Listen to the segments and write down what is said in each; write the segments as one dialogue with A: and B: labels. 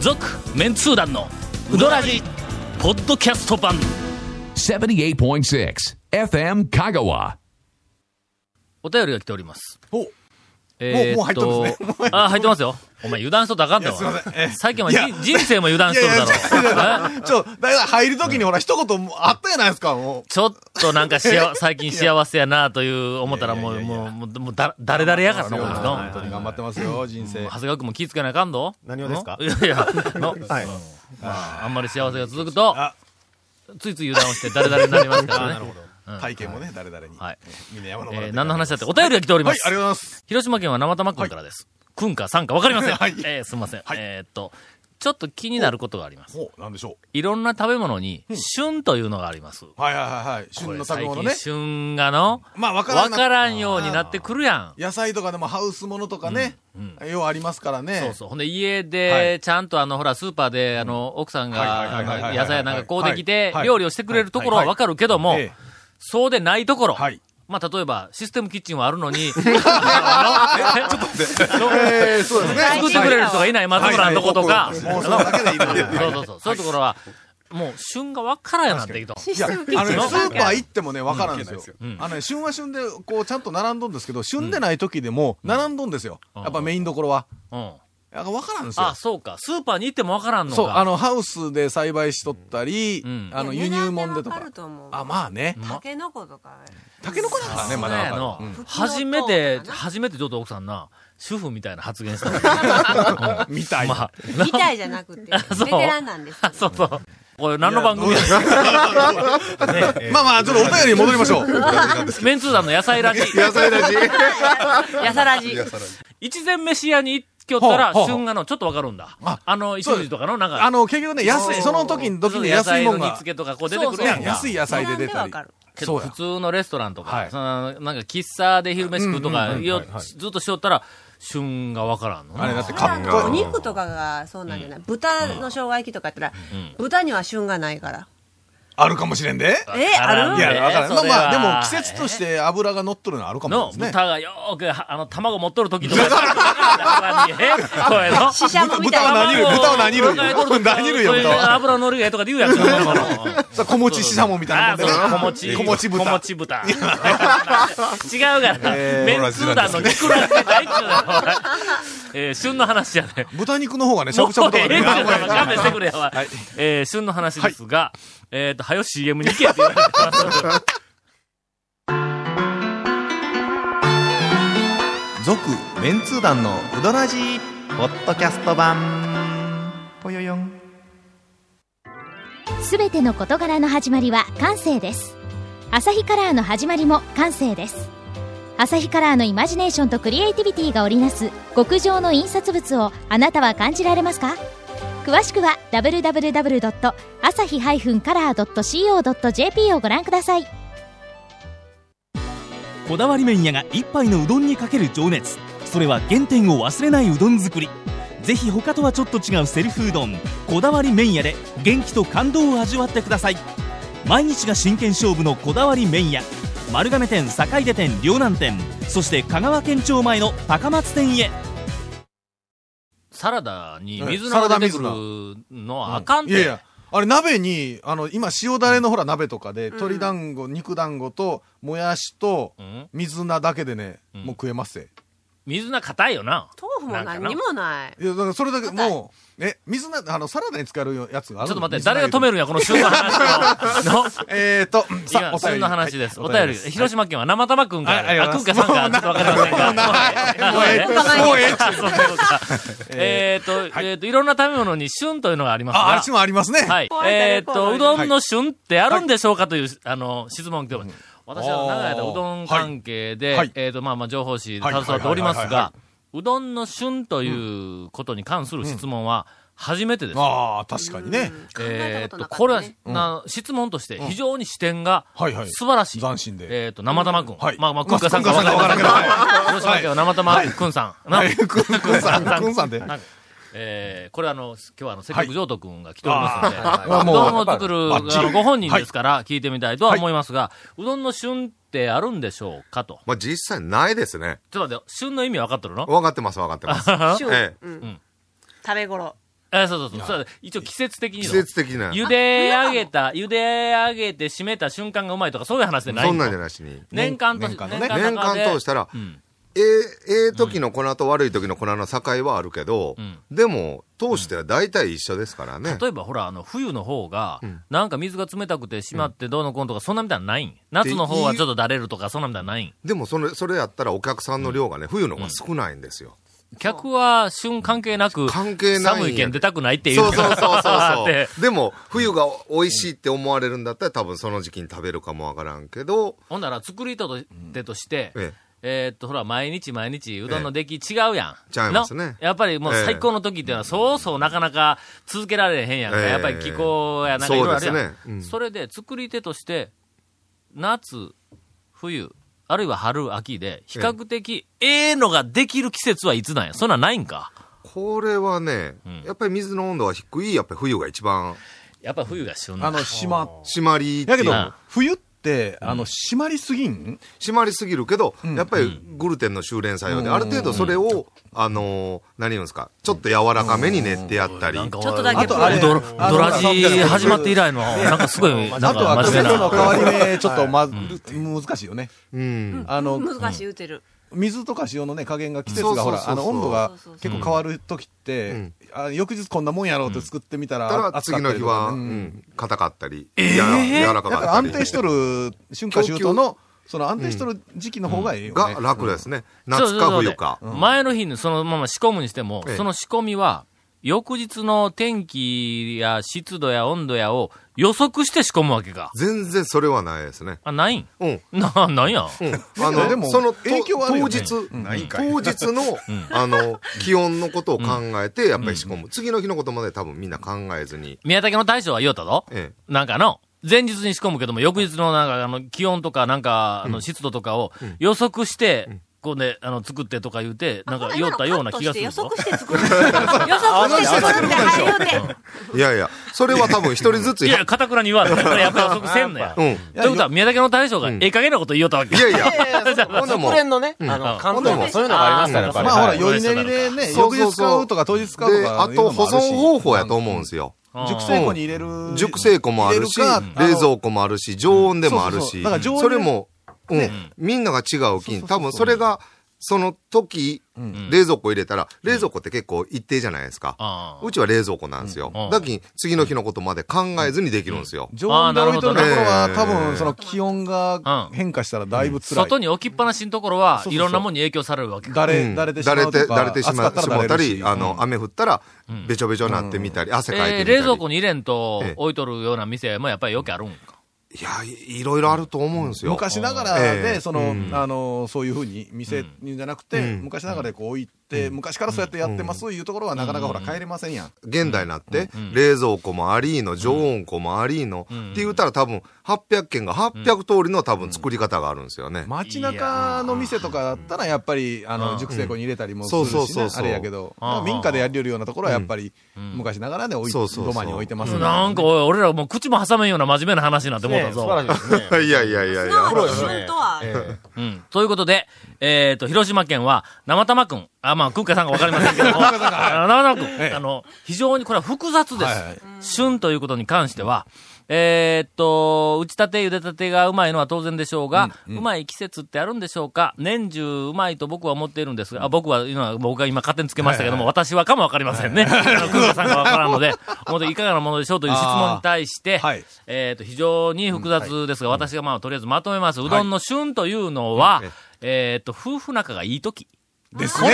A: 続メンツー団のウドラジポッドキャスト版
B: 78.6 FM Kagawa.
A: お便りが来ております
C: お
A: えーっ
C: もう
A: と
C: 入っとんですね
A: あ入ってますよお前油断しとったらあかんだ
C: いやすいませんえ
A: わ
C: え
A: 最近お
C: い
A: 前
C: や
A: 人人生も油断しとるだろえ
C: ちょ、だいたい入るときにほら、一言もあったじゃないですか、も
A: ちょっとなんかしあ最近幸せやなという思ったらもうもうもうもうだ誰々やから
C: う。
A: なこの人
C: 本当に頑張ってますよ、人生
A: 長。谷川君も気ぃつけなあかんど
C: 何をですか
A: んい やいや、の、
C: はい。
A: あんまり幸せが続くと
C: あ、
A: ついつい油断をして誰々になりますからね。
C: 体験もね、誰々に。
A: はい。
C: みんな山の
A: え
C: もらって
A: ー何の話だってお便りが来ており
C: は
A: ま
C: い、
A: す。
C: ありがとうございます。
A: 広島県は生玉くんからです。くんかさんかわかりません。
C: はい
A: えーすみません。
C: はい
A: えーっと、ちょっと気になることがあります。
C: ほう、なんでしょ
A: いろんな食べ物に、旬というのがあります。
C: う。はいはいはいはい。旬
A: こ
C: の食べ
A: れ
C: 物
A: 最
C: ね
A: 近。旬がの、
C: まあ、わから
A: わ
C: んな。
A: からんようになってくるやん。
C: 野菜とかでもハウスものとかね、ようありますからね。
A: そうそう。ほんで、家
C: は
A: で、
C: い
A: ちゃんとあの、ほら、スーパーで、あの、奥さん
C: は
A: が、
C: いは
A: あ
C: いはいはい
A: の
C: はい
A: 野菜やなんかこうできて
C: は、い
A: 料理をしてくれるところは
C: はい
A: わかるけども
C: ええ、
A: そうでないところ
C: はい。
A: まあ、例えば、システムキッチンはあるの に、
C: ええ、そうですね。
A: 作ってくれる人がいない松村のとことか、
C: はい
A: そ
C: もうそれだけでいいの
A: うそうそう。そういうところは、もう、旬がわからんやなってきと。
C: いや、あのね、ス
A: の
C: ーパー行ってもね、わからんですよ。あのね、旬は旬で、こう、ちゃんと並んどんですけど、旬でない時でも、並んどんですよ。
A: うん
C: やっぱメインどころは。
A: うん。
C: なんかわからんですよ
A: あ、。そうか。スーパーに行ってもわからんの
C: そう、あ
A: か。
C: の、ハウスで栽培しとったり、
A: うん
C: あの、輸入物で
D: いや値段で
C: と
D: わか
C: か
D: る。と思う。
C: あ、まあね。
D: タケノコとか。
C: タケノコだからね、まだ
A: ねえ
C: わ
A: の
C: かる。うん
A: 初めて
D: う、ん
A: 初めてちょっと奥さんな、主婦みたいな発言 したの。
C: みたい
A: まあ
C: な。、
D: みたいじゃなくて、ベ
A: そう
D: テランなんですよ。
A: そうそう。これ何の番組や
C: まあまあ、ちょっとお便りに戻りましょう。
A: メンツー団の野菜ラジ。
E: 野菜ラジ。
D: やさらじ。
E: 野菜ラジ。
A: 一膳飯屋に行きよったら、
C: ほうほう
A: 旬がの、ちょっとわかるんだ
C: あ。
A: あの、一時とかの、なんか、
C: あの、結局ね、安い、その時に、時に
A: 野
C: 安い
A: 菜
C: も
A: の
C: ん
A: 煮
C: が
A: 付、けとか、こう出てくるやん
C: ね
A: か。
C: 安い野菜で出
D: 値段で。
C: たり
D: わかる。
A: けど
C: そう
A: 普
C: や
A: 通のレストランとか、
C: はい
A: そのなんか喫茶で昼飯食うとか、よずっとしよったら、旬がわからんの。
C: あれだって
D: それ
C: カ
D: は
C: ッ
D: なんかお
C: ト。
D: 肉とかがそうなんじゃない豚の生姜焼きとかやったら
A: ん、
D: 豚には旬がないから。
C: あるかもしれん
D: え、
C: で。
D: ある
C: いや、わからん。まあ
A: それは
C: まあ、でも季節として油が乗っとるのはあるかも
A: の、
C: しれないですね。
A: 豚がよーく、はあの、卵持っとる 時とか、さらにえこれの。
D: ししゃもみたい
C: 豚は
D: な。
C: 何類豚は何類何類よ豚は
A: 油のりがええとかで言うやんか、そんなもの
C: さあ小餅ししゃもみたいなもんでね
A: あそう小餅。
C: 小餅
A: 小
C: 豚。
A: 餅 豚。違うから、メンツー団の肉らってないっちゅうの よお前えー旬の話やね。
C: 豚肉の方がね、しゃぶしゃぶとか
A: もうええ
C: ね。
A: から
C: あ
A: お前勘弁してくれやわ。
C: はい
A: えー旬の話ですが、えっと、はよ CM に行けって言われてます。
F: 続メンツー団のウドラジーポッドキャスト版ぽよよん
G: すべての事柄の始まりは感性ですアサヒカラーの始まりも感性ですアサヒカラーのイマジネーションとクリエイティビティが織りなす極上の印刷物をあなたは感じられますか詳しくは www.asahi-color.co.jp をご覧ください
H: こだわり麺屋が一杯のうどんにかける情熱それは原点を忘れないうどん作りぜひ他とはちょっと違うセルフうどんこだわり麺屋で元気と感動を味わってください毎日が真剣勝負のこだわり麺屋丸亀店坂出店両南店そして香川県庁前の高松店へ
A: サラダに水
C: サ
A: 菜が
C: ラダ
A: 出て
C: 水
A: く
C: 菜
A: るのはあかん
C: いやい
A: て
C: や。、あれ鍋に、あの、今塩だれのほら鍋とかで、鶏団子、肉団子と、もやしと
A: うん、
C: 水菜だけでね、
A: ん
C: もう食えますぜ。
A: 水菜硬いよな。
D: 豆腐も
A: なんかな
D: 何にもない。
C: いや、だからそれだけ、もう、え、水菜、あの、サラダに使えるやつがある
A: ちょっと待って、
C: 水菜
A: 誰が止めるんや、この旬の話を。の
C: えーと、さあ、
A: 今、
C: お便
A: 旬
C: り。
A: の話です。
C: は
A: お
C: い
A: 便り、広島県は生玉くんか
C: ああり
A: ら、
C: が
A: あ、
C: と
A: く
C: うんござ
A: か
C: い
A: さ
C: ま
A: ん
C: す
A: か、ちょっとわかりませんが。
C: もうええ
A: も
C: も
A: う
C: う
A: え
C: え
A: え
C: え
A: そうそうか えっと、えっと、いろんな食べ物に旬というのがありますが
C: あ、あっちもありますね。
A: はい。えっと、うどんの旬ってあるんでしょうかという、あの、質問でも、私は長い間
C: あー
A: うどん関係で、
C: はい
A: えっと、まあまあ、情報誌で
C: はい
A: 携わっております
C: はいはいはい
A: が、うどんの旬ということに関する質問は、初めてです。
C: ああ、確かにね。
A: え
D: え
A: ー
D: っ
A: っと、
D: と、
A: こ
D: こ
A: れ
D: れ
A: は、な質問として、非常に視点が
C: はいはい
A: 素晴らしい。
C: 斬新で
A: えーっと、生玉くん。
C: はい
A: まあまあ、くんかさんか
C: ま
A: わ
C: あ
A: かり
C: くんか
A: ません
C: さん
A: けど、広島
C: かわからんけどはい
A: 県は生玉くんさん。な
C: はい、くんくんさん、
A: なん
C: くんさんで。
A: なんかえーこれあの、今日はあの、せっ
C: は
A: か
C: い
A: く譲渡くんが来ておりますので、
C: まあ
A: う
C: もう
A: どんを作る、
C: バ
A: あ
C: ッチリ
A: の、ご本人ですから、聞いてみたいとは思いますが、うどんの旬ってあるんでしょうかと。
E: まあ実際ないですね。
A: ちょっと待って、旬の意味分かっとるの
E: 分かってます、分かってます。ええ
D: 食べ頃。
A: あそうそうそうそう。一応季節的にの
E: 季節的な。
A: 茹で上げた、茹で上げて締めた瞬間がうまいとか、そういう話でない
E: そんなんじゃ
A: の
E: なしに。
A: 年間とし。
F: 年間のね
E: 年間通したたら、
A: ん
E: ええ、ええ時の粉と悪い時の粉の境はあるけど、
A: ん
E: でも、通しては大体一緒ですからね。
A: 例えばほら、あの、冬の方が
E: ん、
A: なんか水が冷たくてしまってどうのこうのとか、そんなみたいなのないん。夏の方はちょっとだれるとか、そんなみたいなのないん。
E: でもそれ、それやったらお客さんの量がね、冬の方が少ないんですよ。
A: 客は旬関係なく、
E: 関係ないんや
A: 寒い県出たくないっていう
E: そうそうそうそう
A: あっ
E: そ
A: て
E: う。でも、冬が美味しいって思われるんだったら、多分その時期に食べるかもわからんけど、
A: ほんなら、作り手と手として、
E: ええ
A: えーっと、ほら、毎日毎日、うどんの出来違うやん。
E: え違いますね
A: のやっぱりもう
E: ええ
A: 最高の時っていうのは、そうそうなかなか続けられへんやんか。
E: ええ
A: やっぱり気候やなんかいろいろあるやん。
E: そうですねうん
A: それで、作り手として、夏、冬、あるいは春、秋で、比較的、ええのができる季節はいつなんやそんなんないんか
E: これはね、
A: ん
E: やっぱり水の温度が低い、やっぱり冬が一番、
A: やっぱ冬が旬な
C: あ
A: んだ
C: の、締まっ
E: 締まりってい
C: や
E: う
C: けど
A: うん、
C: 冬って、あの、締まりすぎん
E: 締まりすぎるけど、
C: ん
E: やっぱりグルテンの修練作用で、ある程度それを、あのー何言うんですか、ちょっと柔らかめに練ってやったり。
A: なんか
D: ちょっとだけ
A: あと
D: あれ
A: ドロ
C: あの
A: ドラジー始まって以来の、なんかすごい、なん
C: あとは、
A: か真
C: 季
A: 面目
C: 節
A: な。
C: の変わり目、ちょっと、ま、難しいよね。
E: うん。
C: あの、
D: 難しい、打てる。
C: 水とか塩のね、加減が季節
E: そう
C: が
E: そう
C: ほ
E: そうそう
C: ら、あの温度が
D: そうそうそう
C: 結構変わる時っ
E: う
C: て
E: ん、
C: あ翌日こんなもんやろうって作ってみた
E: た
C: ら、
E: ら
C: 暑かっ
E: 次
C: た
E: の
C: り
E: 日
C: とか
E: は、
C: ね
E: う
C: うん
E: ん、硬かったり、や柔らか
C: だか
E: かった
C: ら
E: り。
C: 安定しとる春夏秋冬の、その安定しとる時期の方がええよね。
E: が楽ですね。
A: そうそ
E: 夏
A: うそう
E: か冬か。
A: で前の日にそのまま仕込むにしても、
E: ええ
A: その仕込みは、翌日の天気や湿度や温度やを予測して仕込むわけか。
E: 全然それはないですね。
A: あ、ないん
E: うん。
A: な、なんや。
E: うん、
C: や
E: あ の
C: でも
E: そのと
C: 影響はあるよ
E: 当
C: ね
E: 日、当 日の、あの、気温のことを考えて、やっぱり仕込む、次の日のことまで多分みんな考えずに。
A: 宮崎の大将は言おったぞ。
E: え
A: なんかの、前日に仕込むけども、翌日のなんか、あの、気温とか、なんか、あの、湿度とかを予測して、こうね、あの、作ってとか言うて、なんか、言おったような気がする
D: 予
A: ぞ
D: 測。して作る。予測して作るって、はい、よね。
E: えいやいや、それは多分一人ずつ
A: いや、かたくなに言われたから、やっぱり予測せんのや。
E: う
A: とい
E: ん。
A: うことは、宮崎の大将が、ええ加減なこと言おったわけ。
E: いやいや、
I: ほんでも、熟練のね、あの、関東もそういうのがありますから、やっぱり。
C: まあほら、
A: よ
C: より練りでね、
E: そ
C: 翌
E: うそうそう
C: 日使うとか当日使うと
E: で、
C: か。
E: あと保存方法やと思うんです
C: よ。
E: よ。
A: うん
C: 熟成庫に入れる。
E: 熟成庫もあるし、
C: 入れるか
E: 冷蔵庫もあるし、常温でもあ
C: そ
E: る
C: うそうそう
E: し
C: だから常温、で
E: それも、うん、みんなが違
C: そう
E: う
C: そう
E: 金、
C: そう
E: 多分それが、その時、
C: ん
E: 冷蔵庫入れたら、冷蔵庫って結構一定じゃないですか。
A: ああ
E: うちは冷蔵庫なんですよ
A: うん。
E: だき次の日のことまで考えずにできるんですよ。
C: 常温で置いとるところ
E: あーな
C: は、
E: るほ
C: 多
E: どね
C: 分その気温が変化したらだいぶ辛い。
A: 外に置きっぱなしのところは、
C: そうそうそう
A: いろんなもんに影響されるわけか。
C: だ
E: う
C: れ、
E: ん
C: だれてしまうとか。
E: だれて、だれてしま
C: 暑か
E: し
C: ら
E: まった
C: だれる
E: り、
C: し
E: あの、、雨降ったら、べちょべちょになってみたり、汗かいてみ
A: えー
E: たり。
A: 冷蔵庫に入れんと
E: ええ
A: 置いとるような店もやっぱりよくあるんか。
E: いや、いいろいろあると思うんですよ。
C: 昔ながら
E: え
C: で、
E: え
C: その、あの、そういうふうに、店にじゃなくて、
E: うん
C: 昔ながらでこう置いて、昔からそうやってやってますというところは、なかなかほら、帰れませんやん。
E: 現代になって、冷蔵庫もありーの、常温庫もありーの、って言ったら多分、800件が800通りの多分作り方があるんですよね。
C: 街中の店とかだったら、やっぱり、あの、熟成庫に入れたりもする
E: そうそう
C: し
E: そ
C: ね
E: う、そ
C: あ
E: う
C: れやけど、
A: ああ
C: まあ民家でやりよるようなところは、やっぱり、昔ながらで置い、
E: そうそうそう
C: 土間に置いてます
A: なんか、おい俺らもう口も挟めんような真面目な話になって思った
I: ね素晴
A: ぞ。
I: らしいですね。
E: いやいやいやい
D: すな
E: や。
D: わち旬とは、
A: うん。ということで、えっ、と、広島県は、生玉くん。あ、まあ、空海さんがわかりませんけ ども、あの生玉くん、
C: ええ
A: あの、非常にこれは複雑です。
C: はいはい
A: 旬ということに関しては、えーっと、打ちたて、茹でたてがうまいのは当然でしょうが、うまい季節ってあるんでしょうか年中うまいと僕は思っているんですが、あ僕は今、僕が今勝手につけましたけども、私はかもわかりませんね。あの、空海さんがわからんので、本当にいかがなものでしょうという質問に対して、
C: あーはい
A: えーっと、非常に複雑ですが、私がまあ、とりあえずまとめます。うどんの旬というのは、えーっと、夫婦仲がいい時。
C: ですね。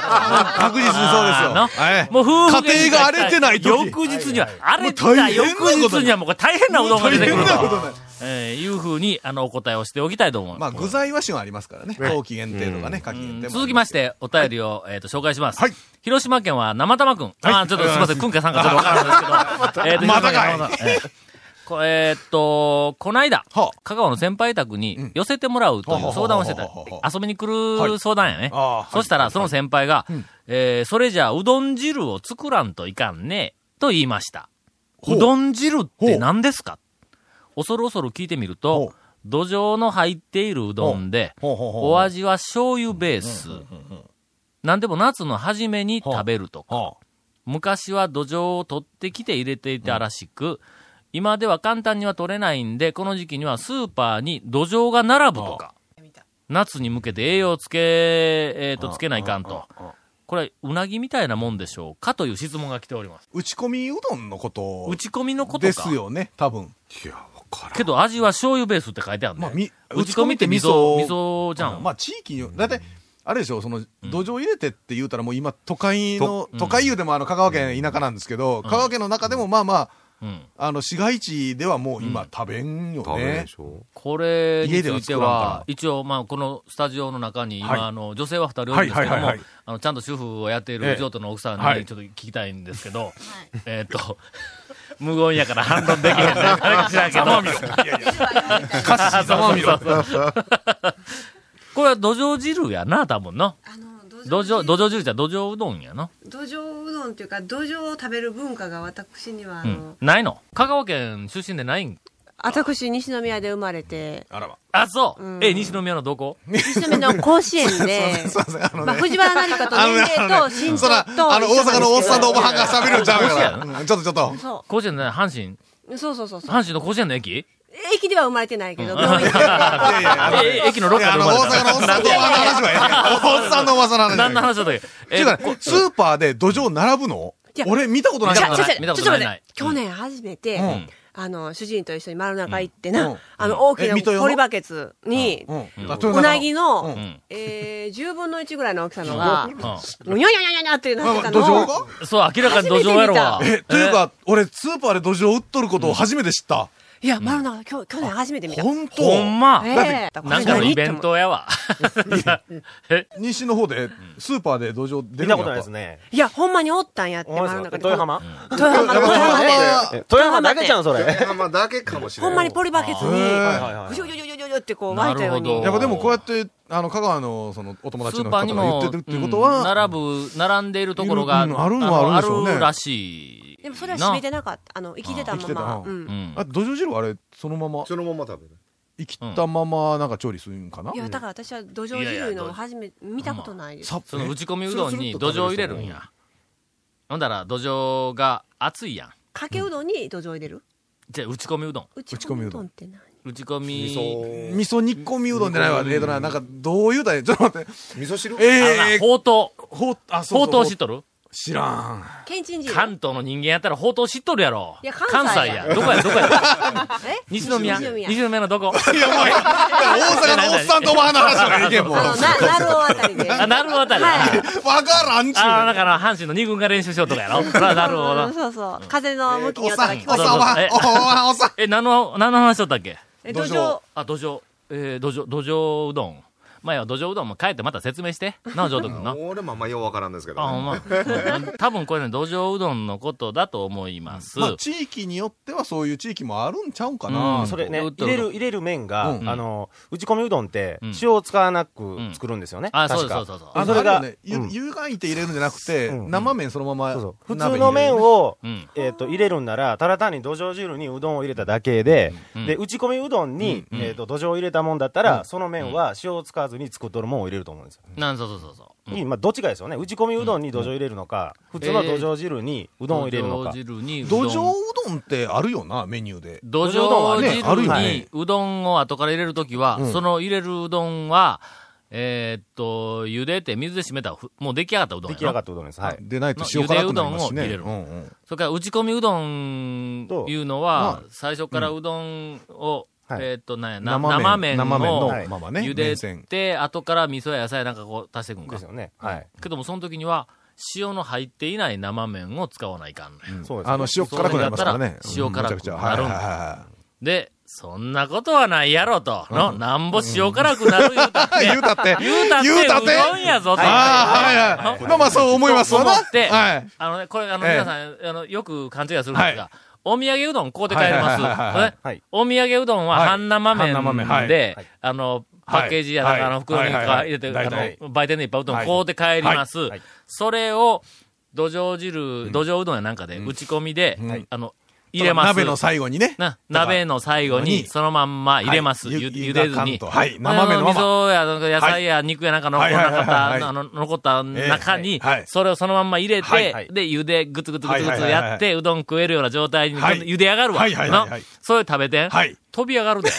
C: 確実に そうですよ。
A: な
C: はい
A: もう夫婦
C: 家庭が荒れてない時
A: 翌日には、荒れてた
C: もう大変
A: 翌
C: なことに
A: 日にはもうこれ大変なうどんが出てくる
C: 大変なこと
A: と。
C: ない
A: えーいうふうに、あの、お答えをしておきたいと思いま
C: まあ、
A: す。
C: 具材は旬ありますからね。冬季限定とかね、夏季限定もありすけど
A: 続きまし。て、お便りを、えっと、紹介します。
C: はい
A: 広島県は生玉くん。あーちょっとすみません、くんかさんかちょっとわからない ですけど。えっと、
C: またかい
A: 広島県生玉くんえーこえーっと、こないだ
C: はあ、
A: 香川の先輩宅に寄せてもらうという相談をして
C: は
A: た
C: あはあはあは。
A: 遊びに来る相談やね。
C: ああはい
A: そしたら、その先輩が、えーそれじゃあ、うどん汁を作らんといかんね、と言いました。
C: う
A: うどん汁っ
C: ほ
A: て
C: う
A: 何ですか恐る恐る聞いてみると
C: ほ、
A: 土壌の入っているうどんで、
C: ほうほうほう
A: お味は醤油ベース。なんでも夏の初めに食べるとか、昔は土壌を取ってきて入れていたらしく、今では簡単には取れないんで、この時期にはスーパーに土壌が並ぶとか、夏に向けて栄養をつけ、えーと、つけないかんと。これ、うなぎみたいなもんでしょうかという質問が来ております。
C: 打ち込みうどんのこと
A: 打ち込みのことか。
C: ですよね、多分。
E: いや、わからん。
A: けど味は醤油ベースって書いてあるね。
C: まあみ
A: 打ち込みって味噌、味噌じゃん。
C: まあ地域によ、だいたい、あれでしょ、その、土壌入れてって言うたらもう今、都会の、都会言うでもあの、香川県田舎なんですけど、香川県の中でもまあまあ、
A: うん
C: あの、市街地ではもう今食べんよ
E: ダメ
C: ね
E: で。しょ。
A: これについて
C: 家では作らん
A: は
C: か、
A: 一応、まあ、このスタジオの中に、
C: は
A: 今、
C: い
A: あの、女性は二人おるんですけど
C: はいはい
A: も
C: はいはい、
A: あの、ちゃんと主婦をやってい
C: え
A: る
C: え
A: 譲渡の奥さん
C: は
A: に
C: い
A: ちょっと聞きたいんですけど、えーっと、 無言やから反論できへんね。あれ知らんけど。 ざまみろ。これは土壌汁やな、多分な。
D: あの
A: 土
D: 土壌
A: 壌、土壌汁じゃ土壌うどんやな。
D: 土壌うどんというか土壌を食べる文化が私にはあ
A: う
D: の、
A: ん。ないの香川県出身でないん
J: 私、西宮で生まれて、
C: あらば。
A: あ、そう。
J: うん
A: え、西宮のどこ
J: 西宮の甲子園で、 まあ、藤原成香と年齢と身
C: そら、
J: 長と、
C: あの、大阪のおっさんとおばはんが喋るんちゃう
A: う
C: から。うんちょっとちょっと。
J: そ
A: 甲子園じゃない阪神
J: う。そうそうそうそう。
A: 阪神の甲子園の駅
J: 駅では生まれてないけど、病院
C: いやいやあの
A: え駅のロッ
C: い
A: カーで
C: やあの、
A: 生
C: 大
A: まれ
C: 阪のおっさんとおばはんの話はええねんおっさんのおばさんの話
A: た。
C: は
A: 何
C: え
A: の話だったっけ
C: えねん。っていうかね、スーパーで土壌並ぶの
J: いや
C: 俺見たことない
J: ち
C: か
J: ゃ
C: ら
J: ちゃちゃ
A: 見
J: ち
A: た
J: ょ
A: こ
J: っ
A: とな
J: と
A: い
J: 待っ
A: ない
J: て、去年初めて、
C: うん
J: あの、主人と一緒に丸中行って
C: う
J: な、
C: んうん
J: あの、大き
C: え
J: な
C: 水戸屋の
J: ポリバケツに、
C: うん
A: うん
C: 豊中の
J: うなぎの、
C: うん
A: うん。
J: えー、10分の1ぐらいの大きさのが、
A: う
J: うにょにょにょにょにょってなってた
C: 土
J: の
C: 壌
J: を、
C: が
A: ん。そう、明らかに土壌やろわ。
C: え、というか、俺、スーパーで土壌売っとることを初めて知った。
J: いや、丸中、きょ去年初めて見た。
C: 本
A: え、ほん
C: 当
A: ま。
J: ええ
A: なんかのイベントやわ。え、
C: 西の方で、スーパーで土壌出る
I: 見た
C: ん
I: こ
C: や
I: とないで
C: っ
I: すね。
J: いや、ほんまにおったんやって、
I: お前
J: 丸
I: さん
J: 中で。
I: 豊浜
J: 豊浜、
E: やっぱ
J: 豊
E: 豊
J: 浜で。
E: 浜だ
I: え豊浜だけじゃん、それ。はい
E: あまあだけかもしれな
J: ほ
E: い。
J: んまにポリバケツに、
C: へ
I: はいは
J: ぐ
I: い
J: しょぐしょぐしょぐしょってこう湧いたよ
A: なるほ
J: うに
A: ど。
C: ぱ。やっぱでもこうやって、あの、香川の、その、お友
A: ス
C: 達
A: ー
C: の
A: パ
C: 方
A: ーに
C: が言
A: も
C: ってるっていうこと
A: うん
C: は、
A: 並ぶ、並んでいるところが、
C: いるうんあるんはあるんでしょうね
A: あるらしい。
J: でもそれは閉めて
A: な。
J: なかった。あの、生きてたまま。
C: 生きてた
J: う。
A: うんん
C: あ。土壌汁はあれ、そのまま、
E: そのまま食べる。
C: 生きたまま、なんか調理するんかない
J: や、だから私は土壌
A: いやいや
J: 汁のを初め、見たことないです。
C: さ
A: その打ち込みうどんに土壌入れるん
C: うん
A: や。ほんだら、土壌が熱いやん。
J: かけうどんに土壌入れる
A: じゃあ打ち込みうどん。
J: 打ち
C: ち込
J: 込
C: み
J: み
C: う
J: う
C: ど
J: ど
C: ん
J: んって何
A: 打ち込み。
E: 味噌。
C: 味噌煮込みうどんじゃないわ、えーとな、なんか、どういうたらいい ちょっと待って。
E: 味噌汁
A: あの
C: え
A: な
C: ー、
A: ほうとう。
C: ほう、あ、そ
A: ほ
C: う
A: う
C: そ
A: と
C: う
A: う
C: そ
A: 知
C: う
A: っとる
C: 知らん。
J: けんちん汁。
A: 関東の人間やったらほうとう知っとるやろ。
J: いや関西や
A: 関や。どこや、どこや。
J: え
A: 西宮。
J: 西宮
A: 西宮のどこ
C: いや、もう、 だから大阪のおっさんとおばはんの話はいいけん、もう。
J: あの、な、なるおあたりで。
A: あ、なるほど。
J: はい
C: わからんちゅう
A: ああ、
C: ね
A: だ
C: ん。
A: から、阪神の二軍が練習しようとかや ろ。ななるほ
J: うん
A: ど。
J: そうそう。風の向きに
C: おっ
J: よった
C: さ
J: ら
C: ん、おっ
J: 聞
C: さ
J: こ
C: ん、
J: え
C: おばはん、
A: え
C: おばはん、おっさん。
A: え、何の、何の話しとったっけ
J: え
C: 土壌
J: 土壌。
A: あ、土壌、えー、土壌、土壌うどん。前は土壌うどんも帰ってまた説明して。なあ、ジョート君 な。
E: 俺もあんまようわからんですけど
A: あ、ほ
E: ね。
A: んま。多分これね、土壌うどんのことだと思います。
C: まあ、地域によってはそういう地域もあるんちゃうんか
A: うん
C: な。
I: それね、
A: うん
I: 入れる、入れる麺が、
C: うん
I: あの、打ち込みうどんって
A: うん、
I: 塩を使わなく
A: ん
I: 作るんですよね。
A: あ、そう
I: 確
A: です、そう。
I: か
A: そうそう。
C: あ
I: それが
C: あるよねゆ
I: うん
C: 湯がいて入れるんじゃなくて、
I: うん
C: 生麺そのまま
I: そうそう普
C: 鍋
I: 通
C: に入
I: の
C: れる
I: 麺を
A: うん、
I: えっと、入れるんなら、ただ単に土壌汁にうどんを入れただけで
A: うん、
I: で、打ち込みうどんに、
A: うん
I: えっと、土壌を入れたもんだったら、その麺は塩を使わずに作っとるもんを入れると思うんですよ。
A: なんそうそうそうそう。
I: 今、どっちかですよね。打ち込みうどんに土壌入れるのか、普通は土壌汁にう
A: う
I: どんを入れるのか。
A: 汁にうど
C: 土
A: ん。
C: 壌うどんってあるよな、メニューで。
A: 土
I: 土壌うどんは
A: 壌
I: ね
C: あるよ
A: 汁に
C: ね
A: うどんを後から入れるときは、その入れるうどんは、えーっと、茹でて水で締めたふ、もう出来上がったうどん
I: 出
A: や
I: 来
A: ろ
I: 上がったうどんです。はい。
C: でないと塩辛くなりますし
A: まあ
C: ね。
A: ゆでうどん
C: うんうん
A: それから打ち込みうどん
I: と
A: いうのは、最初からうどんを、
I: はい
A: えーっと、なんやな、
C: 生
A: 生
C: 麺
A: 麺
C: 生麺の
A: を
I: はい
C: ままね、
A: 茹
C: 麺
A: で
C: 線。
A: て、後から味噌や野菜なんかこう足していくん
I: で
A: か
I: す。よね。はい。
A: けども、その時には、塩の入っていない生麺を使わないかんのよ
I: そうですね。
C: あの、塩辛くなりますからね。
A: そう
C: うん
A: だったら
C: めちゃちゃ
A: 塩辛くなるんだ
C: はいはいは
A: で、そんなことはないやろと。の、なんぼ塩辛くなる言うたっ
C: い
A: て。
C: 言うた って。
A: 言うたって、
C: 言う
A: う
C: たって
A: どんやぞと。
C: ああ、はいはい。まあまあ、そう思いますわな。
A: と思って
C: はい。
A: あのね、これ、あの、
C: ええ
A: 皆さん、あの、よく勘違いするんです
C: は
A: が、お土産うどん、ここで買えます。
C: はいはいはいはいはい
A: ね
I: はい
A: お土産うどん
C: は
A: はい半生麺で、
C: 半生麺はい
A: あの、パッケージや、
C: はい
A: あの、袋に
C: はいはいは
A: か
C: い
A: 入れて、
C: 大体
A: あの、売店でいっぱいうどん、
C: はい
A: ここで買えます。
I: いはい
A: それを、土壌汁、土壌うどんやなんかで、打ち込みで、あの、入れます。
C: 鍋の最後にね
A: な鍋の最後に、
C: に
A: そのまんま入れます。
C: はい
A: ゆ
C: ゆ
A: 茹でず
C: ゆ
A: に。
C: だかんとはい生麺のまま
A: あ味噌や、なんか野菜や肉やなんか残
C: はいはいはい
A: った、
C: はい
A: あの、残った中に
C: ええはいはい、
A: それをそのまんま入れて、
C: はいはい
A: で、茹で、ぐつぐつぐつぐつ
C: はいはいはい
A: やって、うどん食えるような状態に、
C: はい
A: 茹で上がるわ。
C: はいはいはいはい
A: なそういう食べてん、
C: はい
A: 飛び上がる で。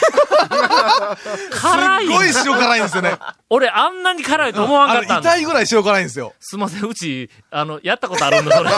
A: 辛い
C: すっごい塩辛いんですよね。
A: 俺、あんなに辛いと思わんか
C: あ
A: っ
C: の
A: たんだ
C: 痛いぐらい塩辛いんですよ。
A: すいません、うち、あの、やったことあるんだ、それ。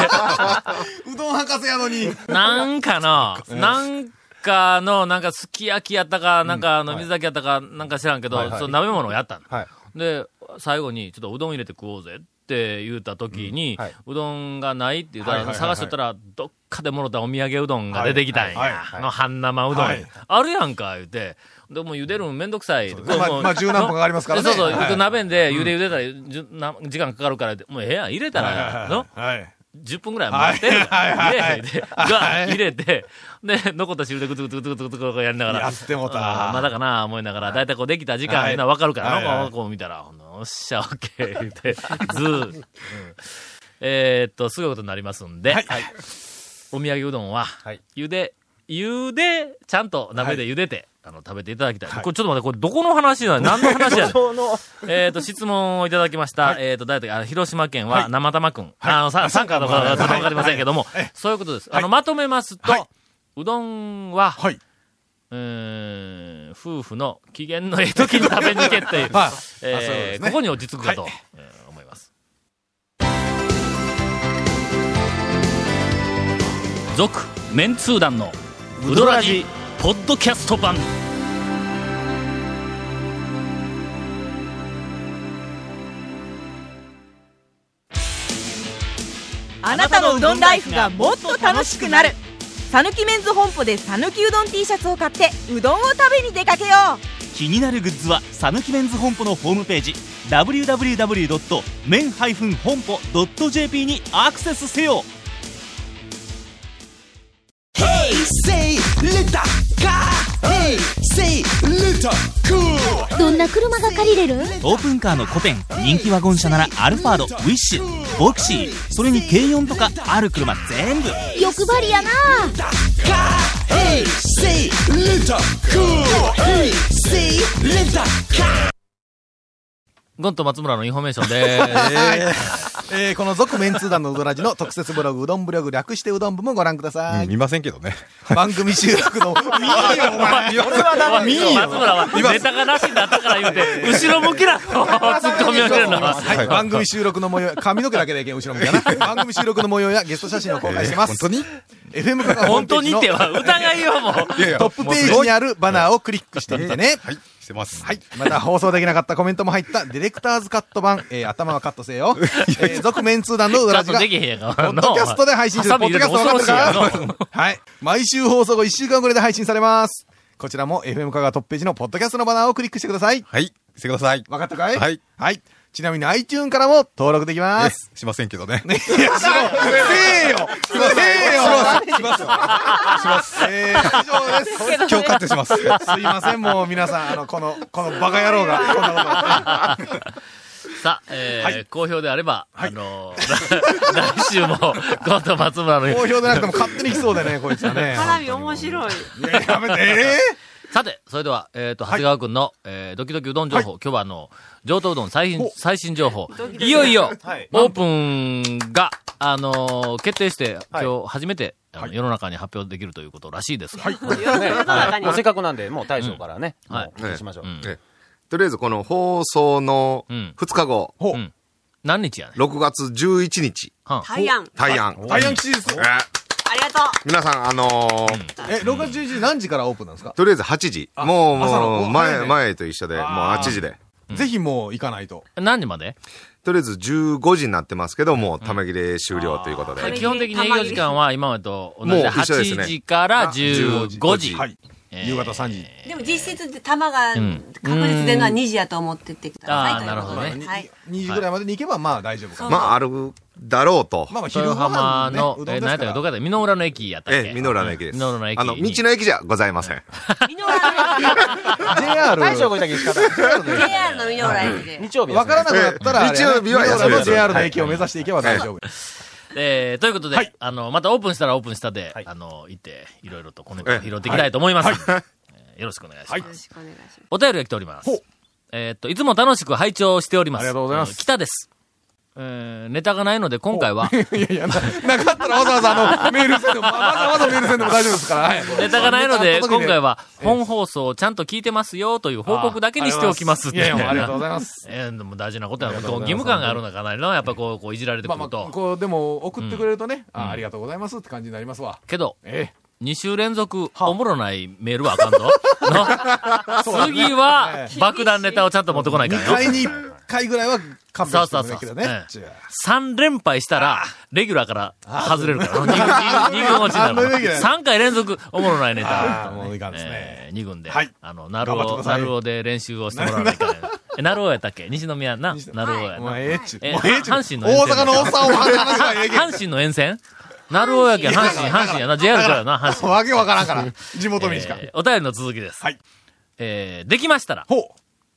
C: うどん博士やのに。
A: なんかな、なんかの、なんかすき焼きやったか、なんかあの水炊きやったか、なんか知らんけど、その鍋物をやったの。
I: はい。
A: で、最後に、ちょっとうどん入れて食おうぜって言った時に、
I: うんはいう
A: どんがないって言った
C: はい
A: ら、
C: はいはい
A: 探しとったら、どっかでもろたお土産うどんが出てきたんや。
C: はいはいはい
A: あの半生うどん、
C: はい
A: あるやんか、言うて。でもう茹でるのめんどくさい。これ
C: まあ
A: もう
C: まあ十何分かかりますからね
A: そうそう、
C: はい
A: 鍋で茹で茹でたらじゅな、時間かかるからって、もうええやん、入れたら、 の
C: はい。
A: 10分ぐらい待ってるから
C: はいはいはいはい
A: でで
C: はい
A: が入れて、で、残った汁でグツグツグツグツグツグツやりながら。
C: やってもう
A: あ
C: た
A: ーまだかな思いながら、だいたいこうできた時間
C: はい
A: みんなわかるからな、
C: はいはい
A: こうこう見たら、ほんのおっしゃ、オッケー言って、ずーっと、うんえーっと、すごいことになりますんで、はいお土産うどんは、
I: はい
A: 茹で、茹で、ちゃんと鍋で茹でて、あの、食べていただきたい。
C: はい
A: これちょっと待って、これどこの話なの何の話やねん。
I: その、
A: えっと、質問をいただきました。えっと、誰だっけあの広島県は生玉くん。あの、さ参加の方だったかわかりませんけども、そういうことです。あの、まとめます
C: は
A: と
C: い、
A: うどんは、
C: はい。
A: うーん夫婦の機嫌のええ時に食べに行けっていう
C: はいあそうで
A: え
C: す
A: ー、
C: ね
A: ここに落ち着くかとえー思います。続、メンツー団のウドラジポッドキャスト版。
J: あなたのうどんライフがもっと楽しくなるさぬきメンズ本舗でさぬきうどん T シャツを買ってうどんを食べに出かけよう
H: 気になるグッズはさぬきメンズ本舗のホームページ www.men-honpo.jp にアクセスせよ
K: Say Luta Ka Hey Say Luta Cool
G: どんな車が借りれる
H: オープンカーの古典人気ワゴン車ならアルファードウィッシュボクシーそれに軽4とかある車全部
G: 欲張りやな
K: Hey Say Luta Cool Hey Say Luta Ka
A: ゴンと松村のインフォメーションです。
C: えー、この続メンツー団のうどらじの特設ブログ、うどんブログ略してうどん部もご覧ください。
L: 見ませんけどね。
C: 番組収録の、見えよ、お前。
I: これはダメ
A: 松村はネタがなしになったから言うて、後ろ向きなの、ツッコミを入れるのは。
C: はい、番組収録の模様、髪の毛だけでいけん、後ろ向きやな。番組収録の模様やゲスト写真を公開してます。
L: 本当に
C: FM カカホ
A: 本
C: ームペ
A: 当
C: ージ
A: に
C: の
A: っては疑いよ、もう。
L: いやいや
C: トップページにあるバナーをクリックしてみてね。
L: はい、してます。
C: はい。また放送できなかったコメントも入った、ディレクターズカット版、えー、頭はカットせよ。えー、続メンツー団のう
A: ち
C: ど
A: ゃ
C: ら
A: ん
C: じ
A: と
C: が、
A: できへんやん
C: ポ
A: か。
C: ッドキャストで配信中、
A: ハ
C: ポ
A: サ
C: ッ
A: ミ
C: ドキャスト分
A: 入
C: か
A: れ
C: って
A: て恐ろしいや
C: るかはい。毎週放送後1週間後で配信されます。こちらも FM 香川トップページのポッドキャストのバナーをクリックしてください。
L: はい、してください。
C: 分かったかい
L: はい。
C: はい。ちなみに iTune からも登録できま
L: え
C: す。
L: しませんけどね。
C: いや、しろせえよせえよしますよしますえー、以上です。
L: 今日カットします。
C: すいません、もう皆さん、あの、この、このバカ野郎が、こんなこ と。
A: さあ、えー、好評であれば、あのー、 来来週も、ゴンと松村の
C: 好評でなくても勝手に来そうでね、こいつはね。
J: 花火面白い
C: いややめて、え
A: さて、それでは、えっ、と、長谷川くんの、えー、ドキドキうどん情報、今日はあの、上等うどん最新、最新情報。いよいよ、
I: はい
A: オープンが、あのー決定して、
I: はい
A: 今日初めて、あの世の中に発表できるということらしいですが。はい。
I: はい もうせっかくなんで、もう大将からね、
A: うんはい
I: もうお聞きしましょう。
A: うん
E: ええとりあえずこの放送の
A: うん
E: 2日後、
C: ほ
A: うん何日やねん。
E: 6月11日、
A: は
J: 大安
E: 大安。
C: 大安吉日です
E: え
C: よ。
E: え
J: ありがとう
E: 皆さん、あのー
C: え、6月11時何時からオープンなんですか
E: とりあえず8時。もう、
C: 朝の
E: も
C: お早
E: う、
C: い
E: 前、
C: ね
E: 前と一緒で、もう
C: あー
E: 8時で。
C: ぜひもう行かないと。
A: ん何時まで
E: とりあえず15時になってますけど、もう、ため切れ終了ということ
J: あー
E: で。
A: 基本的に営業時間は今までと同じ
E: も
A: で、
E: う一緒ですね
A: 8時から15時。
C: はい。夕方3時。
J: でも実質で玉が
A: ん
J: 確率でのは2時やと思ってってください
A: あー
J: ということで
A: なるほどね
J: はい
C: 2時ぐらいまでに行けば、まあ大丈夫かな。
E: まあ、あるだろうと。
C: まあまあ昼
A: 豊
C: ご
A: 浜
C: 飯
A: の、
C: ねうどん
A: えー、
C: で
A: 何やった
C: すか
A: っけ
C: ら
A: どこやったっけ美濃浦の駅やったっけ
E: ええ、ミノラの駅です。
A: ミノ浦の駅に。
E: あの、道の駅じゃございません。
J: 美濃浦
C: JR。
I: 大将がいたけ仕方ない
J: JR の美濃浦駅で
I: 日曜日
C: わからなく
E: ね
C: なったら、
E: ええ日曜日は
C: あれやね
E: 休み
C: ミノラの JR の駅を目指していけば大丈夫。
A: えーということで、あの、またオープンしたらオープンしたで、あの、行って、いろいろとコメントを拾っていきたいと思います。えーよろしくお願いします。よろしくお願いします。お便りが来ております。えーっと、いつも楽しく拝聴しております。ありがとうございます。北です。えーネタがないので今回は。いやいや、
C: なかったらわざわざあの、メールせんでも、わざわざメールせんでも大丈夫ですから。はい
A: ネタがないので、今回は本放送をちゃんと聞いてますよという報告だけにしておきますって。
C: いやいやありがとうござ います。
A: えーでも大事なことは、こう義務感があるのかなりの、やっぱこう、こういじられてく
C: まあ
A: る
C: まあ、
A: と。
C: こう、でも、送ってくれるとね、あありがとうございますって感じになりますわ。
A: けど、
C: え
A: 2週連続、おもろないメールはあ かんぞ。の
C: そうだね
A: 次は、爆弾ネタをちゃんと持ってこないか
C: 2
A: らよ。
C: 回に1回ぐらいは勘弁してもらいけ
A: そ
C: ど
A: う
C: ね。
A: そうそう3連敗したら、レギュラーから外れるから。2軍落 ちになるか
C: あのレギュ
A: ら。
C: ラー
A: 3回連続、おもろないネ
C: あー
A: タ。
C: もういかんです
A: ね。2軍で
C: はい、
A: あの、なる
C: 頑張ってく
A: お、
C: ださ
A: ないるおで練習をしてもらわない から。え、なるおやったっけ西宮な。なるおや
C: もう
A: な。
C: ええっちゅう。
A: え
C: もうええっちゅう
A: 阪神の沿線
C: 大阪のおっさんを話はええけど。
A: 阪神の沿 線なるおやけ、阪神、阪神やな。JR からな、阪神。
C: わけわからんから。地元民しか。
A: えーお便りの続きです。えーできましたら、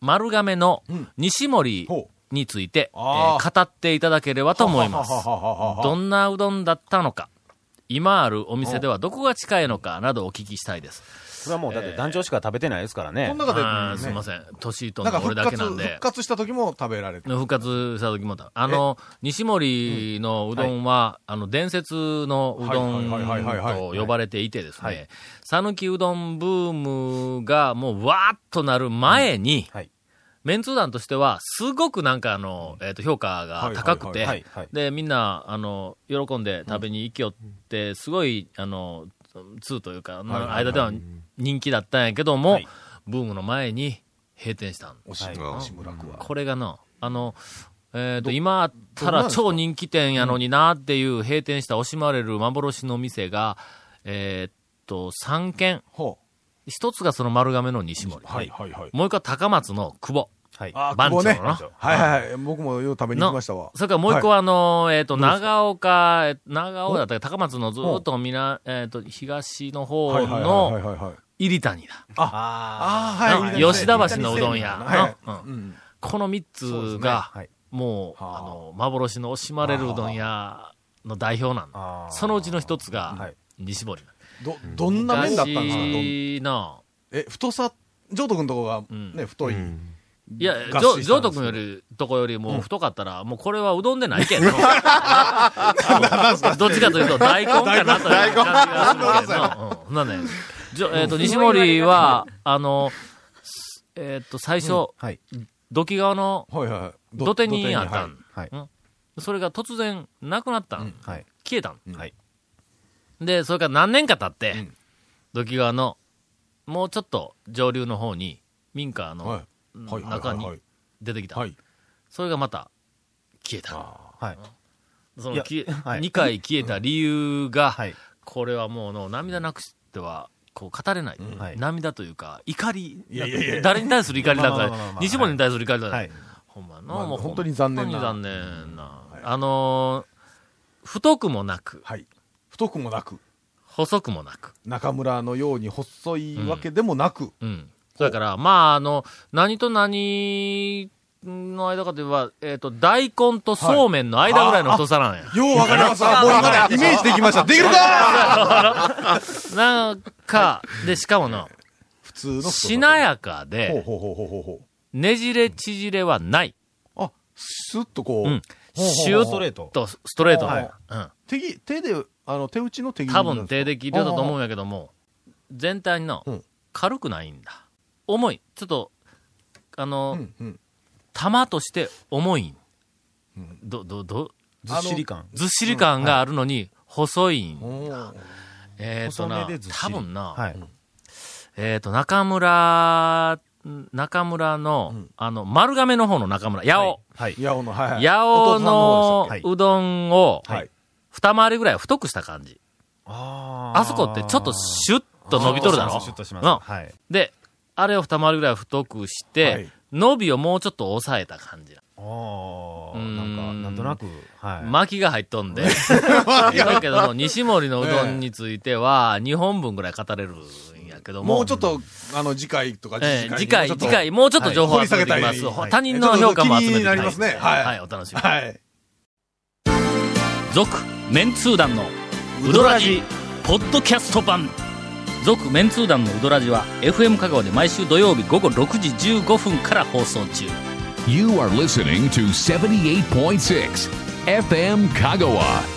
A: 丸亀の西森について、え
C: あ
A: ー語っていただければと思います。
C: ははははは
A: どんなうどんだったのか、今あるお店ではどこが近いのかなどお聞きしたいです。
I: それはもうだって団長しか食べてないですからね。
C: この中で
A: あー
C: ね
A: すいません。年と
C: なんか
A: 俺
C: 復
A: だけ
C: 活、
A: なんで
C: 復。活した時も食べられて。
A: 復活した時もだ。あの、西森のうどんは、あの、伝説のうどん
C: はいはいはいはいはい
A: と呼ばれていてです
C: は
A: ね
C: い、
A: 讃岐うどんブームがもうわーっとなる前に、メンツー団としては、すごくなんかあの、えっと、評価が高く
I: はいはいはい
A: て
I: はいはい、
A: で、みんな、あの、喜んで食べに行きよって、すごい、あの、通というか、
I: はいはいはい
A: 間では人気だったんやけども、ブームの前に閉店したん
C: 押し
A: はい
C: 押し村区は。
A: これがな、あの、えっ、と、
C: ど
A: 今あった
C: どんなん
A: ら
C: ですか
A: 超人気店やのになっていう閉店した惜しまれる幻の店が、えーっと、3軒。一つがその丸亀の西森。
C: はいはいはい。
A: もう一個は高松の久保。
C: あ
A: 番長の
C: 久
A: な
C: 保ね。はいはいはい。僕もよう食べに行きましたわ。
A: それからもう一個は、あの、えっ、と、
C: どうですか
A: 長岡、え長岡だったり、高松のずーっと南、えっ、と、東の
C: は
A: 方
C: いはいはいはい
A: の
C: はいはい。
A: 入谷だ。
C: ああ、
A: な
C: はい。
A: 吉田橋のうどん屋。
C: はい
A: なうん
C: うん
A: この3つが、もう、あの、幻の惜しまれるうどん屋の代表なんだ。そのうちの一つが、西堀。
C: ど、どんな麺だったんですかどん
A: 昔の
C: え、太さ、ジョート君とこがね、太い。
A: いや、ジ
C: がっし
A: ョ
C: りし
A: ジョ
C: た
A: ート
C: んです
A: 君より、とこよりも
C: ん
A: 太かったら、もうこれは うどんでないけんの。どっちかというと大根かなという感じがするけど。うんなんだよ。じょえっと、西森は、あの、すえっと、最初、土器川の
C: はいはいはい。
A: 土手にあった
C: はい
A: ん。うんそれが突然なくなったん。消えたん。で、それから何年か経って、土器川の、もうちょっと上流の方に、民家の
C: はいはい
A: 中に
C: はい。
A: 出てきた。
C: はい。
A: それがまた消えた。そ
I: い
A: の
I: や
A: 消え、
I: はい
A: 2回消えた理由が、これはもうの涙なくしては、こう語れない、涙というか、怒り
C: いやいやいや
A: 誰に対する怒りなん
I: まあまあまあまあ
A: か
I: ま、あ
A: 西森に対する怒りだね、
I: はい
A: ほんま
C: ま
A: の、
C: あ
A: もう
C: 本当に残念な
A: 本当に残念なあのー太くもなく、
C: はい。太くもなく、
A: 細くもなく。
C: 中村のように細いわけでもなく、
A: うん。だから、まあ、あの、何と何の間かといえば、えっ、と、大根とそうめんの間ぐらいの太さなんや。
C: ようわかりますわ。もう今ね、イメージできました。できるか
A: なんか、で、しかもの、
C: 普通の太さ。
A: しなやか
C: ほう
A: で、
C: ほうほうほうほうほう。
A: ねじれ縮れはない。
C: あ、スッとこう。
A: うん。
C: ほうほうほう
A: シューッとストレート。
C: はい
A: うん。
C: 手ぎ手で、あの、手打ちの手切り
A: 多分手で切りだと思うんやけども、全体の軽くないんだ。重い。ちょっと、あの、
C: うん
A: 玉として重いん。ど、ど、ど、
I: ずっしり感。
A: ずっしり感があるのに、細いん。えっ、と
I: 細
A: な
I: めでず、っし
A: 多
I: り
A: 分な、
I: はい
A: えっ、と、中村、中村の、あの、丸亀の方の中村、八尾。
I: はい。
C: ヤオの、はいはい。
A: 八尾の
I: 弟さんの方ですよはいう
A: どんを
C: はい、
A: 二回りぐらい太くした感じ。
I: あー
A: あそこってちょっとシュッと伸びとるだろ。
I: シュッとします
A: うん
I: はい
A: で、あれを二回りぐらい太くして、
I: はい
A: 伸びをもうちょっと抑えた感じ。
I: ああ、なんか、なんとなく、はい。
A: 巻きが入っとんで。 だけども、西森のうどんについては、日本分ぐらい語れるんやけども。
C: もうちょっと、あの、次回とか、
A: えー次回、次回、もうちょっと情報を集めてきます。ほ他人の評価も集めてき
C: になりますね。
A: は、
C: はいい。
A: はいお楽しみに。
C: はい。
A: 続、メンツー団のウドラジポッドキャスト版続メンツー団のウドラジは FM 香川で毎週土曜日午後6時15分から放送中
B: You are listening to 78.6 FM Kagawa.